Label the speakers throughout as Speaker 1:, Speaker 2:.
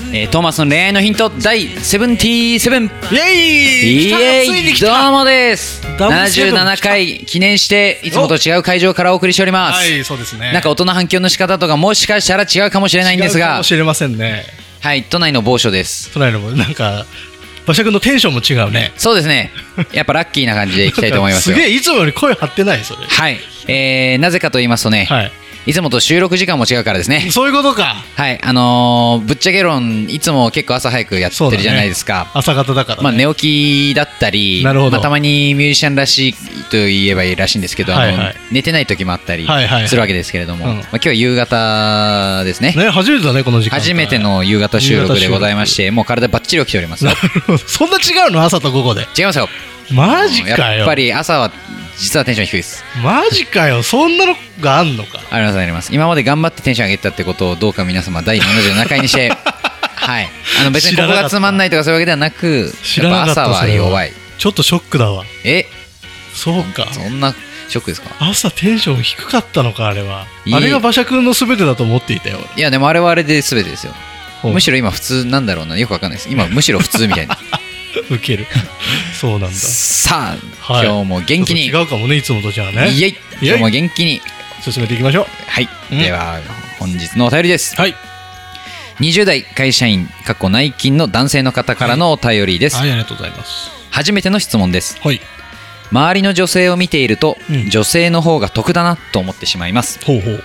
Speaker 1: えー、トーマスの恋愛のヒント第77
Speaker 2: イエイ
Speaker 1: イエ
Speaker 2: ついに
Speaker 1: イ
Speaker 2: 来
Speaker 1: ど
Speaker 2: た
Speaker 1: うもです
Speaker 2: ダブルセブン
Speaker 1: 77回記念していつもと違う会場からお送りしております、
Speaker 2: はい、そうですね。
Speaker 1: なんか音の反響の仕方とかもしかしたら違うかもしれないんです
Speaker 2: 違うか
Speaker 1: が
Speaker 2: もしれませんね。
Speaker 1: はい都内の某所です
Speaker 2: 都内のも、なんか、馬車君のテンションも違うね。
Speaker 1: そうですねやっぱラッキーな感じでいきたいと思いますよ
Speaker 2: げえ、いつもより声張ってない、それ。
Speaker 1: はい、えー、なぜかと言いますとね、
Speaker 2: はい。
Speaker 1: いつもと収録時間も違うからですね
Speaker 2: そういうことか。
Speaker 1: はいあのーぶっちゃけ論いつも結構朝早くやってるじゃないですか、
Speaker 2: 朝方だから。
Speaker 1: まあ、寝起きだったり、
Speaker 2: なるほど
Speaker 1: まあ、たまにミュージシャンらしいと言えばいいらしいんですけど、
Speaker 2: はい
Speaker 1: あの
Speaker 2: はい
Speaker 1: 寝てない時もあったり
Speaker 2: はいはいはい
Speaker 1: するわけですけれども、
Speaker 2: うん
Speaker 1: まあ、今日は夕方ですね
Speaker 2: ね、初めてだね、この時間。
Speaker 1: 初めて。の夕方収録でございましてもう体バッチリ起きております
Speaker 2: なるほど。 そんな違うの朝と午後で。
Speaker 1: 違いますよ
Speaker 2: マジかよ。
Speaker 1: やっぱ。り朝は実はテンション低いです
Speaker 2: マジかよ。そんなのがあんのか。
Speaker 1: ありますあります今まで頑張ってテンション上げてたってことをどうか皆様第77回にして はいあの別にここがつまんないとかそういうわけではなく
Speaker 2: 知らなかった
Speaker 1: やっぱ朝は弱い
Speaker 2: ちょっとショックだわ。
Speaker 1: え
Speaker 2: そうか。
Speaker 1: そんなショックですか
Speaker 2: 朝テンション低かったのか、あれは。
Speaker 1: いい
Speaker 2: あれが馬車君の全てだと思っていたよ。
Speaker 1: いやでもあれはあれで全てですよ
Speaker 2: 俺
Speaker 1: むしろ今普通なんだろうなよくわかんないです今むしろ普通みた いな
Speaker 2: 受け るそうなんだ
Speaker 1: さあ、
Speaker 2: はい
Speaker 1: 今日も元気に
Speaker 2: ちょっと違うかもねいつもとじゃあね
Speaker 1: イエイ
Speaker 2: イエイ
Speaker 1: 今日も元気に
Speaker 2: 進めていきましょう
Speaker 1: はい、
Speaker 2: うん
Speaker 1: では本日のお便りです
Speaker 2: はい
Speaker 1: 20代会社員かっこ内勤の男性の方からのお便りです、
Speaker 2: はいありがとうございます
Speaker 1: 初めての質問です
Speaker 2: はい
Speaker 1: 周りの女性を見ていると、
Speaker 2: うん
Speaker 1: 女性の方が得だなと思ってしまいます
Speaker 2: ほうほう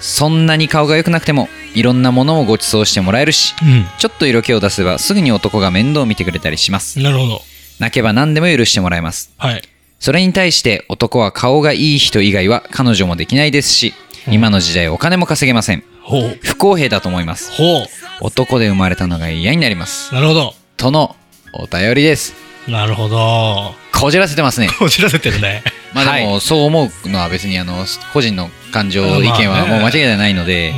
Speaker 1: そんなに顔が良くなくてもいろんなものをご馳走してもらえるし
Speaker 2: う
Speaker 1: ちょっと色気を出せばすぐに男が面倒を見てくれたりします
Speaker 2: んなるほど
Speaker 1: 泣けば何でも許してもらえます
Speaker 2: はい
Speaker 1: それに対して男は顔がいい人以外は彼女もできないですし、今の時代お金も稼げません。
Speaker 2: ほう
Speaker 1: 不公平だと思います。
Speaker 2: ほ
Speaker 1: 男で生まれたのが嫌になります。
Speaker 2: うなるほど
Speaker 1: とのお便りです。
Speaker 2: なるほど
Speaker 1: こじらせてますね。
Speaker 2: こじらせてるね
Speaker 1: まあで
Speaker 2: は
Speaker 1: も、そう思うのは別にあの、個人の感情、意見
Speaker 2: まあ
Speaker 1: は
Speaker 2: ね
Speaker 1: もう間違いないので、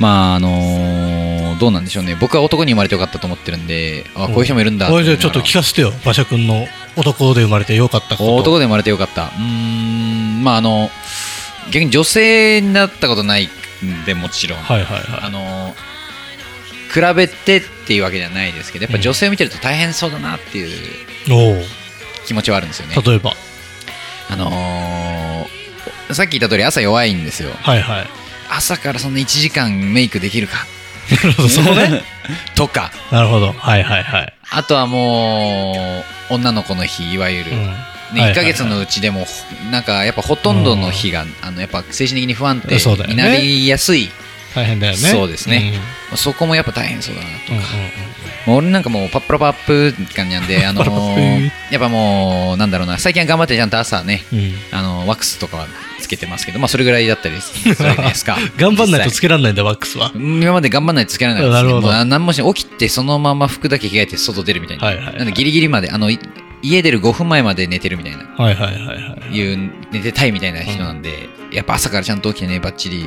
Speaker 1: まああのー、どうなんでしょうね。僕は男に生まれてよかったと思ってるんで、あ、
Speaker 2: うん
Speaker 1: こういう人もいるんだ
Speaker 2: お
Speaker 1: 思
Speaker 2: い
Speaker 1: い
Speaker 2: じ
Speaker 1: な
Speaker 2: ゃ
Speaker 1: が
Speaker 2: あ
Speaker 1: ら
Speaker 2: ちょっと聞かせてよ馬車君の男で生まれてよかったこと
Speaker 1: 男で生まれてよかったうーんまああの逆に女性になったことないんでもちろん、
Speaker 2: はいはい
Speaker 1: あ
Speaker 2: は
Speaker 1: の比べてっていうわけじゃないですけどやっぱ女性を見てると大変そうだなっていう
Speaker 2: いおお
Speaker 1: 気持ちはあるんですよね
Speaker 2: 例えば
Speaker 1: あのーさっき言った通り朝弱いんですよ
Speaker 2: はいはい
Speaker 1: 朝からそんな1時間メイクできるか
Speaker 2: なるほどそこね
Speaker 1: とか
Speaker 2: なるほどはいはいはい
Speaker 1: あとはもう女の子の日いわゆる、
Speaker 2: うんはい
Speaker 1: ね、
Speaker 2: はいはい
Speaker 1: 1ヶ月のうちでもほなんかやっぱほとんどの日が、あのやっぱ精神的に不安定
Speaker 2: そうだよね
Speaker 1: になりやすい
Speaker 2: 大変だよね
Speaker 1: そうですねそこもやっぱ大変そうだなと
Speaker 2: うんうんうん
Speaker 1: もう俺なんかもうパップラパップって感じな んであの
Speaker 2: パップラパッ
Speaker 1: やっぱもうなんだろうな最近は頑張ってちゃんと朝ね
Speaker 2: うんうん
Speaker 1: あのワックスとかはつけてますけどまあそれぐらいだった りするじゃないですか
Speaker 2: 頑張んないとつ
Speaker 1: け
Speaker 2: けられないんだワックスは
Speaker 1: 今まで頑張んないとつけられないです
Speaker 2: な
Speaker 1: け
Speaker 2: るほ
Speaker 1: ど
Speaker 2: ど
Speaker 1: 何もしない起きてそのまま服だけ着替えて外出るみたいな、
Speaker 2: はいはいはい
Speaker 1: なんでギリギリまであのい家出る5分前まで寝てるみたいな
Speaker 2: はいはいはいはい
Speaker 1: いう寝てたいみたいな人なんで、やっぱ朝からちゃんと起きてねばっちり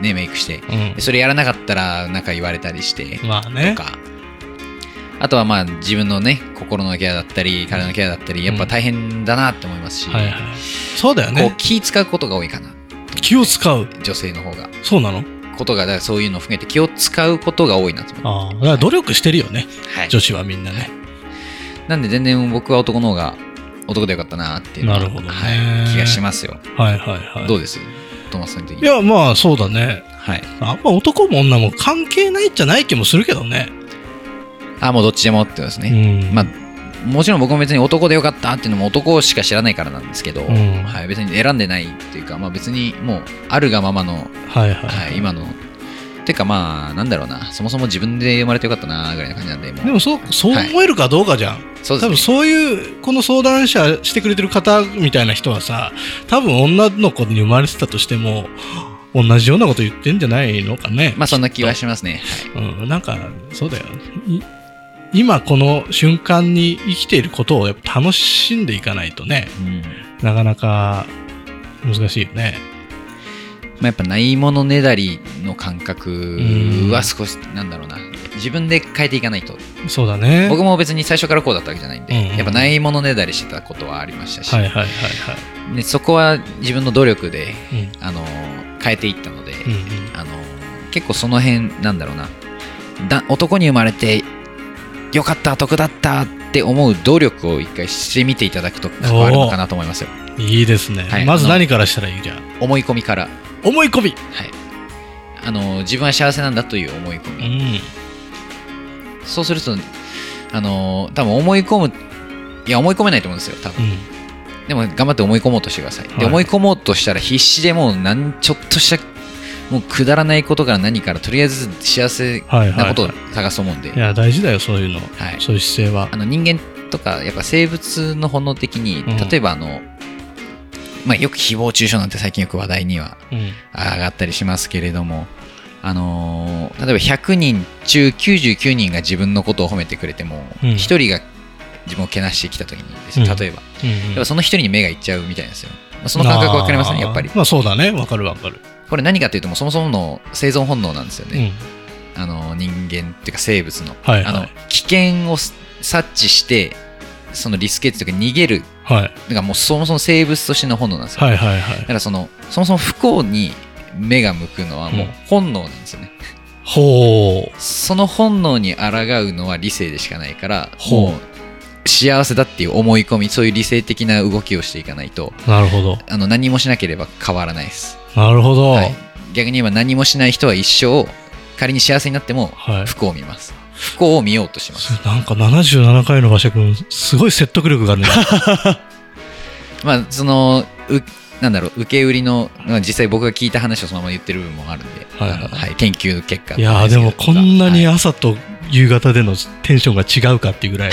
Speaker 1: ねメイクしてで
Speaker 2: う
Speaker 1: それやらなかったらなんか言われたりして
Speaker 2: んまあ
Speaker 1: と
Speaker 2: ね
Speaker 1: かあとはまあ自分のね心のケアだったり体のケアだったりやっぱ大変だなって思いますし、
Speaker 2: はいはいそうだよ
Speaker 1: こう
Speaker 2: ね
Speaker 1: 気使うことが多いかな
Speaker 2: 気を使う
Speaker 1: 女性の方が
Speaker 2: そうなの
Speaker 1: ことがだからそういうのを含めて気を使うことが多いなと
Speaker 2: あ
Speaker 1: 思う、
Speaker 2: あだから努力してるよね
Speaker 1: はい、
Speaker 2: 女子はみんなね
Speaker 1: なんで全然僕は男の方が男でよかったなっていうのは
Speaker 2: なるほどね
Speaker 1: はい、気がしますよ、
Speaker 2: はいはいはい
Speaker 1: どうですトーマスさんの時
Speaker 2: いやまあそうだね
Speaker 1: はい
Speaker 2: あんま男も女も関係ないんじゃない気もするけどね
Speaker 1: あもうどっちでもってことですね、
Speaker 2: うん
Speaker 1: まあ、もちろん僕も別に男でよかったっていうのも男しか知らないからなんですけど、
Speaker 2: うん
Speaker 1: はい、別に選んでないっていうか、まあ、別にもうあるがままの、
Speaker 2: はいはい
Speaker 1: は、
Speaker 2: はいい
Speaker 1: 今のてかまあなんだろうなそもそも自分で生まれてよかったなぐらいな感じなんでもう
Speaker 2: でもそうそう思えるかどうかじゃん
Speaker 1: そう
Speaker 2: 多
Speaker 1: で
Speaker 2: 分
Speaker 1: す
Speaker 2: そういうこの相談者してくれてる方みたいな人はさ多分女の子に生まれてたとしても同じようなこと言ってんじゃないのかね
Speaker 1: ねまあそんな気はしますね
Speaker 2: うん、なんか、そうだよ。い今この瞬間に生きていることをやっぱ楽しんでいかないとね、
Speaker 1: うん
Speaker 2: なかなか難しいよね。
Speaker 1: まあ、やっぱないものねだりの感覚
Speaker 2: うん
Speaker 1: は少しなんだろうな自分で変えていかないと
Speaker 2: そうだね。
Speaker 1: 僕も別に最初からこうだったわけじゃないんで、
Speaker 2: うんうん
Speaker 1: やっぱないものねだりしてたことはありましたし、
Speaker 2: はいはいはいは
Speaker 1: でそこは自分の努力で
Speaker 2: い。うん
Speaker 1: あの変えていったので、
Speaker 2: うん
Speaker 1: あの結構その辺なんだろうなだ男に生まれてよかった得だったって思う努力を一回してみていただくと変わるのかなと思いますよ
Speaker 2: うんいいですね、
Speaker 1: はい
Speaker 2: まず何からしたらいいじゃん。
Speaker 1: 思い込みから、は
Speaker 2: 思い込み。
Speaker 1: い、あの自分は幸せなんだという思い込み、
Speaker 2: ん。
Speaker 1: そうするとあの多分思い込むいや思い込めないと思うんですよ多分
Speaker 2: う
Speaker 1: でも頑張って思い込もうとしてください、
Speaker 2: はい
Speaker 1: で思い込もうとしたら必死でもうなんちょっとしたもうくだらないことから何からとりあえず幸せ
Speaker 2: ん。はいはい、
Speaker 1: なことを
Speaker 2: い。
Speaker 1: 探すと思うんで、
Speaker 2: や、大事だよ、そういうの。
Speaker 1: はい
Speaker 2: そういう姿勢は
Speaker 1: あ。の人間とかやっぱ生物の本能的に
Speaker 2: うん
Speaker 1: 例えばあの、まあ、よく誹謗中傷なんて最近よく話題には
Speaker 2: うん。
Speaker 1: 上がったりしますけれども、あのー例えば100人中99人が自分のことを褒めてくれても、
Speaker 2: うん
Speaker 1: 1人が自分をけなしてきた時にですね
Speaker 2: うん
Speaker 1: 例えば,、
Speaker 2: うん
Speaker 1: その1人に目がいっちゃうみたいなんですよ、まあその感覚分かります
Speaker 2: あ
Speaker 1: ね
Speaker 2: ー
Speaker 1: やっぱり
Speaker 2: まあそうだね、わかるわかる。
Speaker 1: これ何かというともうそもそもの生存本能なんですよ
Speaker 2: うん
Speaker 1: ね、。あの人間っていうか生物の,、
Speaker 2: はい
Speaker 1: あ
Speaker 2: は
Speaker 1: の
Speaker 2: い。
Speaker 1: 危険を察知してそのリスケっていうか逃げる
Speaker 2: はい
Speaker 1: だからもうそもそも生物としての本能なんですよ、
Speaker 2: はいはいは
Speaker 1: だ
Speaker 2: い。
Speaker 1: からそのそもそも不幸に目が向くのはもう本能なんですよね、
Speaker 2: ほう。
Speaker 1: その本能に抗うのは理性でしかないから
Speaker 2: ほう
Speaker 1: もう幸せだっていう思い込みそういう理性的な動きをしていかないと
Speaker 2: なるほど。
Speaker 1: あの何もしなければ変わらないです、
Speaker 2: なるほど。
Speaker 1: はい、逆に言えば何もしない人は一生仮に幸せになっても
Speaker 2: はい
Speaker 1: 不幸を見ます、不幸を見ようとします
Speaker 2: なんか77回の馬車君、すごい説得力があ るね。
Speaker 1: まあそのうなんだろう受け売りのまあ実際僕が聞いた話をそのまま言ってる部分もあるんで、
Speaker 2: はいはい
Speaker 1: あのはい研究結果
Speaker 2: いやーでもこんなに
Speaker 1: はい
Speaker 2: 朝と夕方でのテンションが違うかっていうぐ らい、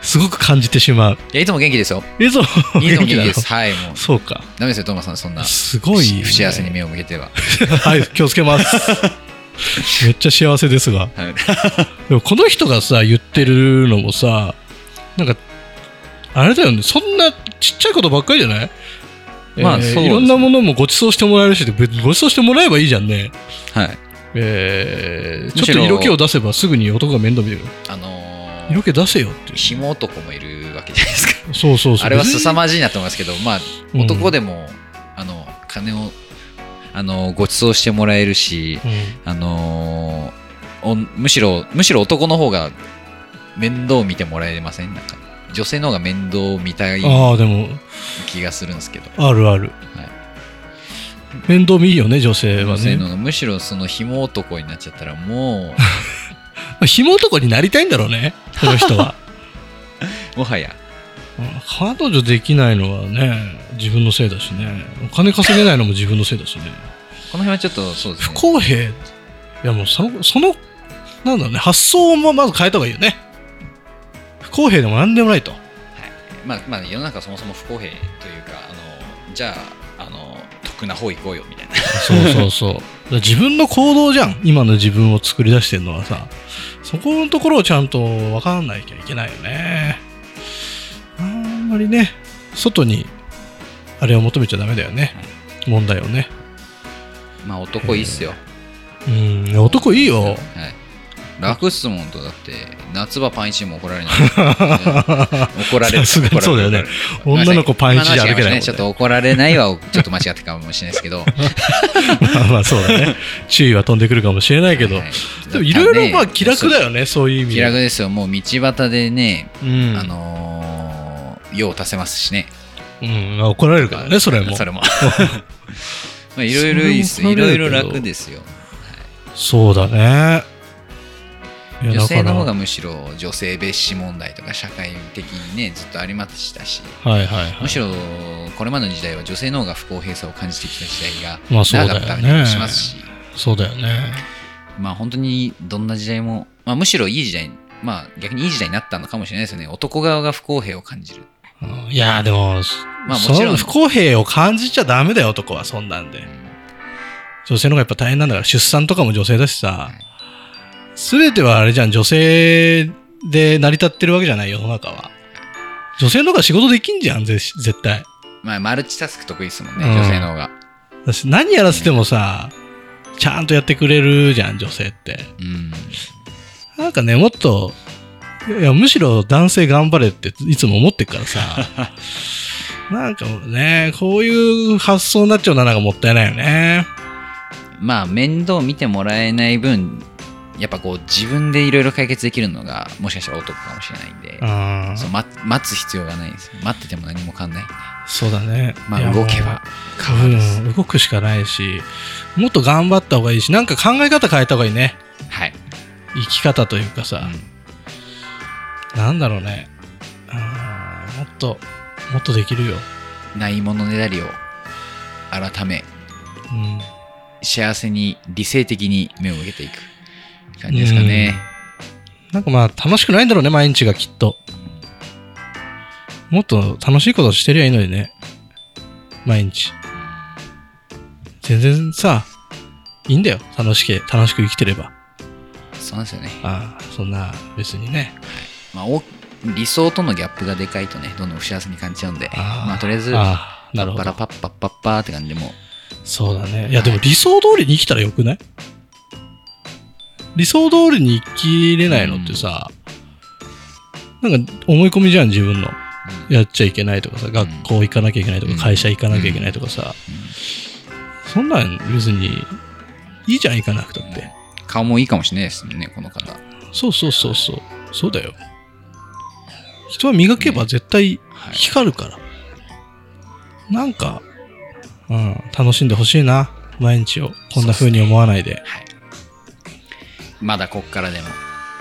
Speaker 2: すごく感じてしまう。
Speaker 1: いやいつも元気ですよ
Speaker 2: いつも
Speaker 1: いつ
Speaker 2: 元
Speaker 1: も
Speaker 2: 気
Speaker 1: 元気
Speaker 2: だろ
Speaker 1: ですはいもう
Speaker 2: そうか。
Speaker 1: ダメですよトーマスさんそんな
Speaker 2: すごい、ね。
Speaker 1: 不幸せに目を向けては、
Speaker 2: はい、気をつけます。 めっちゃ幸せですが。
Speaker 1: はい、
Speaker 2: でもこの人がさ、言ってるのもさ、なんか、あれだよね、そんなちっちゃいことばっかりじゃない
Speaker 1: まあ
Speaker 2: えー
Speaker 1: そうですね
Speaker 2: いろんなものもご馳走してもらえるし、べご馳走してもらえばいいじゃんね。
Speaker 1: はい、
Speaker 2: えー
Speaker 1: む
Speaker 2: ち
Speaker 1: し
Speaker 2: ょっ
Speaker 1: ろ
Speaker 2: と色気を出せばすぐに男が面倒見る。
Speaker 1: あの
Speaker 2: 色
Speaker 1: ー
Speaker 2: 気出せよって。
Speaker 1: ひも男もいるわけじゃないですか
Speaker 2: そうそうそう。
Speaker 1: あれは
Speaker 2: 別に
Speaker 1: 凄まじいなと思いますけどまあ
Speaker 2: うん
Speaker 1: 男でも、あの金をあのご馳走してもらえるし、
Speaker 2: うん
Speaker 1: あのーおんむしろむしろ男の方が面倒見てもらえませんなんか女性の方が面倒見たい
Speaker 2: ああ、でも、
Speaker 1: 気がするんですけど、
Speaker 2: あるある。面倒見いいよね、女性は
Speaker 1: 女性
Speaker 2: ね
Speaker 1: の。方がむしろその紐男になっちゃったらも
Speaker 2: まあ、紐男になりたいんだろうね、この人は。
Speaker 1: うもはや
Speaker 2: 彼女できないのはね、自分のせいだしね。お金稼げないのも自分のせいだしね。
Speaker 1: この辺はちょっとそうです
Speaker 2: 不
Speaker 1: ね
Speaker 2: 公平。いやもうその、その、なんだろうね、発想もまず変えた方がいいよね。不公平でも何でもないと。
Speaker 1: まあまあ世の中そもそも不公平というかあのじゃああの得な方行こうよみたいな
Speaker 2: そうそうそう。だから 自分の行動じゃん。今の自分を作り出してるのはさ。そこのところをちゃんと分かんなきゃいけないよね。あんまりね、外にあれを求めちゃダメだよね。問題をね。
Speaker 1: まあ男いいっすよ、
Speaker 2: うん、男いい
Speaker 1: は
Speaker 2: よ
Speaker 1: い。、楽っすもんとだって夏場パン1も怒 られないうん怒られ
Speaker 2: さ
Speaker 1: る
Speaker 2: すがにそうだよね
Speaker 1: 怒られる
Speaker 2: 女の子パン1じゃ歩けないもんね
Speaker 1: まあまあ違いますねちょっと怒られないはちょっと間違ってかもしれないです けど
Speaker 2: まあまあそうだね。注意は飛んでくるかもしれないけど。
Speaker 1: は
Speaker 2: でもいろいろまあ気楽だよね、そういう意味
Speaker 1: 気
Speaker 2: で。
Speaker 1: 楽ですよもう道端でね、
Speaker 2: うん。
Speaker 1: あのー用を足せますしね
Speaker 2: うん、まあ怒られるからね、それも。
Speaker 1: そ れもまあいろいろいいっす
Speaker 2: それ
Speaker 1: い
Speaker 2: も怒ら
Speaker 1: ろ
Speaker 2: れ
Speaker 1: い
Speaker 2: る
Speaker 1: ろ
Speaker 2: けど
Speaker 1: 楽ですよ
Speaker 2: そうだね。いや
Speaker 1: 女性の方。が
Speaker 2: だ
Speaker 1: むしろ女性蔑視問題とか社会的にねずっとありましたし
Speaker 2: からはいはいは
Speaker 1: む
Speaker 2: い。
Speaker 1: しろこれまでの時代は女性の方が不公平さを感じてきた時代が
Speaker 2: まあそう
Speaker 1: 長
Speaker 2: だ
Speaker 1: かった
Speaker 2: よ
Speaker 1: りも
Speaker 2: ね。
Speaker 1: しますし、
Speaker 2: そうだよね。
Speaker 1: まあ本当にどんな時代も、まあ、むしろいい時代にまあ逆にいい時代になったのかもしれないですよね男側が不公平を感じる
Speaker 2: うんいやーでも、
Speaker 1: まあ
Speaker 2: そ
Speaker 1: もちろん
Speaker 2: の不公平を感じちゃダメだよ、男は、そんなんで。女性の方がやっぱ大変なんだから、出産とかも女性だしさ
Speaker 1: はい、
Speaker 2: すべてはあれじゃん、女性で成り立ってるわけじゃない、世の中は。女性の方が仕事できんじゃん、ぜ絶対。
Speaker 1: まあ、マルチタスク得意ですもんね、女性の方が。
Speaker 2: 私何やらせてもさ、ちゃんとやってくれるじゃん、女性って。
Speaker 1: うん。
Speaker 2: なんかね、もっと、いや、むしろ男性頑張れっていつも思ってるから さ。なんかね、こういう発想になっちゃうのはなんかもったいないよね。
Speaker 1: まあ、面倒見てもらえない分、やっぱこう、自分でいろいろ解決できるのが、もしかしたら男かもしれないんで、
Speaker 2: あ
Speaker 1: そうま待つ必要がないです。待ってても何も変わんない。
Speaker 2: そうだね。
Speaker 1: ま
Speaker 2: いや
Speaker 1: あ、動けば。変わるです
Speaker 2: うん動くしかないし、もっと頑張った方がいいし、なんか考え方変えた方がいいね。
Speaker 1: はい。
Speaker 2: 生き方というか
Speaker 1: う
Speaker 2: さ、
Speaker 1: ん
Speaker 2: なんだろうね。あーもっと、もっとできるよ。
Speaker 1: ないものねだりを改め、
Speaker 2: うん。
Speaker 1: 幸せに理性的に目を向けていく感じですかね。
Speaker 2: なんかまあ楽しくないんだろうね、毎日がきっと。もっと楽しいことしてりゃいいのにね。毎日。全然さ、いいんだよ。楽しけ、楽しく生きてれば。
Speaker 1: そうなんですよね。
Speaker 2: ああ、そんな、別にね。
Speaker 1: まあ、お理想とのギャップがでかいとね、どんどん不幸せに感じちゃうんで、
Speaker 2: あー
Speaker 1: まあ、とりあえず、パ
Speaker 2: ああ、なる
Speaker 1: ッ
Speaker 2: ほ
Speaker 1: パ
Speaker 2: ど。
Speaker 1: ラパッパッパッパーって感じでもう、
Speaker 2: そうだね。いや、でも理想通りに生きたらよくない理想通りに生きれないのってさ、なんか思い込みじゃん、自分の。
Speaker 1: うん
Speaker 2: やっちゃいけないとかさ、学校行かなきゃいけないとか、
Speaker 1: うん
Speaker 2: 会社行かなきゃいけないとかさ、そんなん別にいいじゃん、行かなくたって。
Speaker 1: 顔もいいかもしれないですね、この方。
Speaker 2: そうそうそうそう。そうだよ。人は磨けば絶対
Speaker 1: はい、
Speaker 2: 光るから。なんか、うん、楽しんでほしいな。毎日を。こんな風に思わないで。
Speaker 1: はいまだこっからでも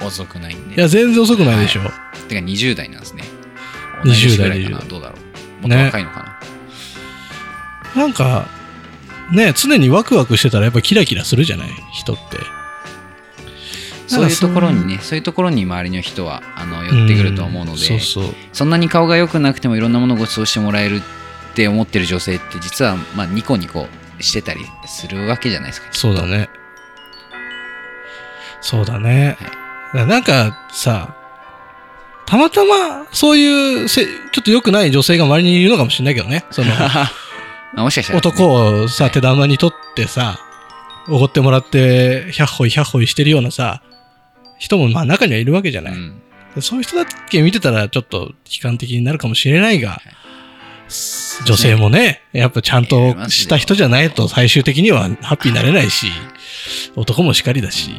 Speaker 1: 遅くないんで。
Speaker 2: いや、全然遅くないでしょ。
Speaker 1: てか20代なんですね。
Speaker 2: 20
Speaker 1: 同い年ぐらいかな
Speaker 2: 代
Speaker 1: どうだろう。もっと若いのかな。
Speaker 2: なんか、ね、常にワクワクしてたらやっぱキラキラするじゃない人って。
Speaker 1: そういうところにね、そういうところに周りの人はあの寄ってくると思うの
Speaker 2: ん
Speaker 1: で、
Speaker 2: そうそう。
Speaker 1: そんなに顔が良くなくてもいろんなものをご馳走してもらえるって思ってる女性って実はまあニコニコしてたりするわけじゃないですか。
Speaker 2: そうだね。そうだね。だなんかさ、たまたまそういうせ、ちょっと良くない女性が周りにいるのかもしれないけどね。 その
Speaker 1: まあもしかしたら、
Speaker 2: 男をさ、手玉に取ってさ、おごってもらって、百歩百歩してるようなさ、人もまあ中にはいるわけじゃ
Speaker 1: う
Speaker 2: ない。
Speaker 1: ん、
Speaker 2: そういう人だけ見てたらちょっと悲観的になるかもしれないが、女性もね、やっぱちゃんとした人じゃないと最終的にはハッピーになれないし、男もしかりだし。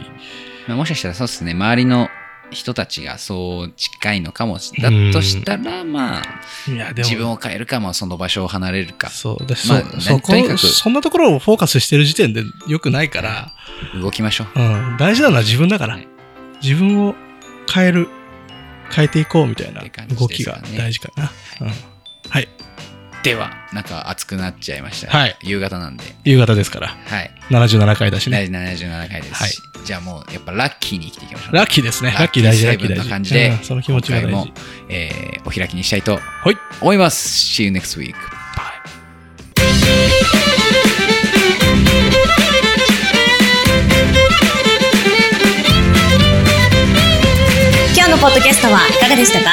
Speaker 1: まあもしかしたらそうですね、周りの人たちがそう近いのかもし
Speaker 2: う
Speaker 1: だ
Speaker 2: ん
Speaker 1: としたら、まあ、
Speaker 2: いや、で
Speaker 1: 自分を変えるか、まあ、その場所を離れるか、
Speaker 2: そうだし、
Speaker 1: まあ
Speaker 2: そうそ
Speaker 1: とにか
Speaker 2: こ
Speaker 1: く
Speaker 2: そんなところをフォーカスしてる時点で良くないから、
Speaker 1: 動きましょう。
Speaker 2: うん、大事なのは自分だから
Speaker 1: はい、
Speaker 2: 自分を変える、変えていこうみたいな
Speaker 1: って感じです
Speaker 2: 動
Speaker 1: かね
Speaker 2: きが大事かな。うん
Speaker 1: では、なんか暑くなっちゃいました、
Speaker 2: はい
Speaker 1: 夕方なんで、
Speaker 2: 夕方ですから、
Speaker 1: はい。
Speaker 2: 77回だしね。
Speaker 1: 第77回ですし、じゃあもう、やっぱラッキーに生きていきましょう。
Speaker 2: ラッキーですね。ラッキー
Speaker 1: ラ
Speaker 2: 大
Speaker 1: ッキ
Speaker 2: 事、
Speaker 1: ー
Speaker 2: ラッキー
Speaker 1: 成分
Speaker 2: 大
Speaker 1: な
Speaker 2: 事。
Speaker 1: 感じで
Speaker 2: うんその気持ちが大
Speaker 1: 今
Speaker 2: 事
Speaker 1: 回も。、えーお開きにしたいと
Speaker 2: はい。
Speaker 1: 思います。See you next week. Bye.
Speaker 3: Podcast 今日のポッドキャストはいかがでしたか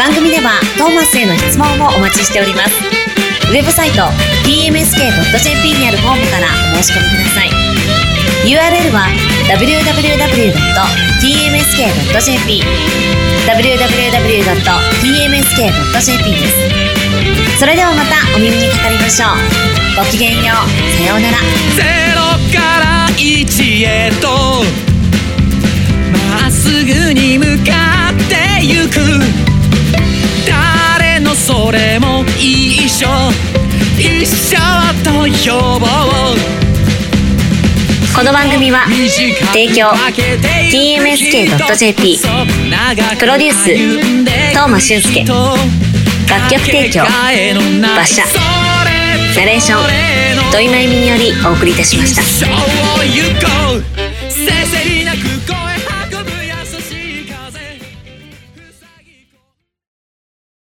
Speaker 3: 番組ではトーマスへの質問もお待ちしておりますウェブサイト tmsk.jp にあるフォームからお申し込みください URL は www.tmsk.jp www.tmsk.jp ですそれではまたお耳にかかりましょうごきげんようさようなら
Speaker 4: ゼロから一へとまっすぐに向かってゆく誰のそれも一緒一緒と呼ぼう
Speaker 3: この番組は提供 TMSK.jp プロデュース東間俊介楽曲提供馬車ナレーション土井真由美によりお送りいたしました
Speaker 4: 一生を行こうせせりなく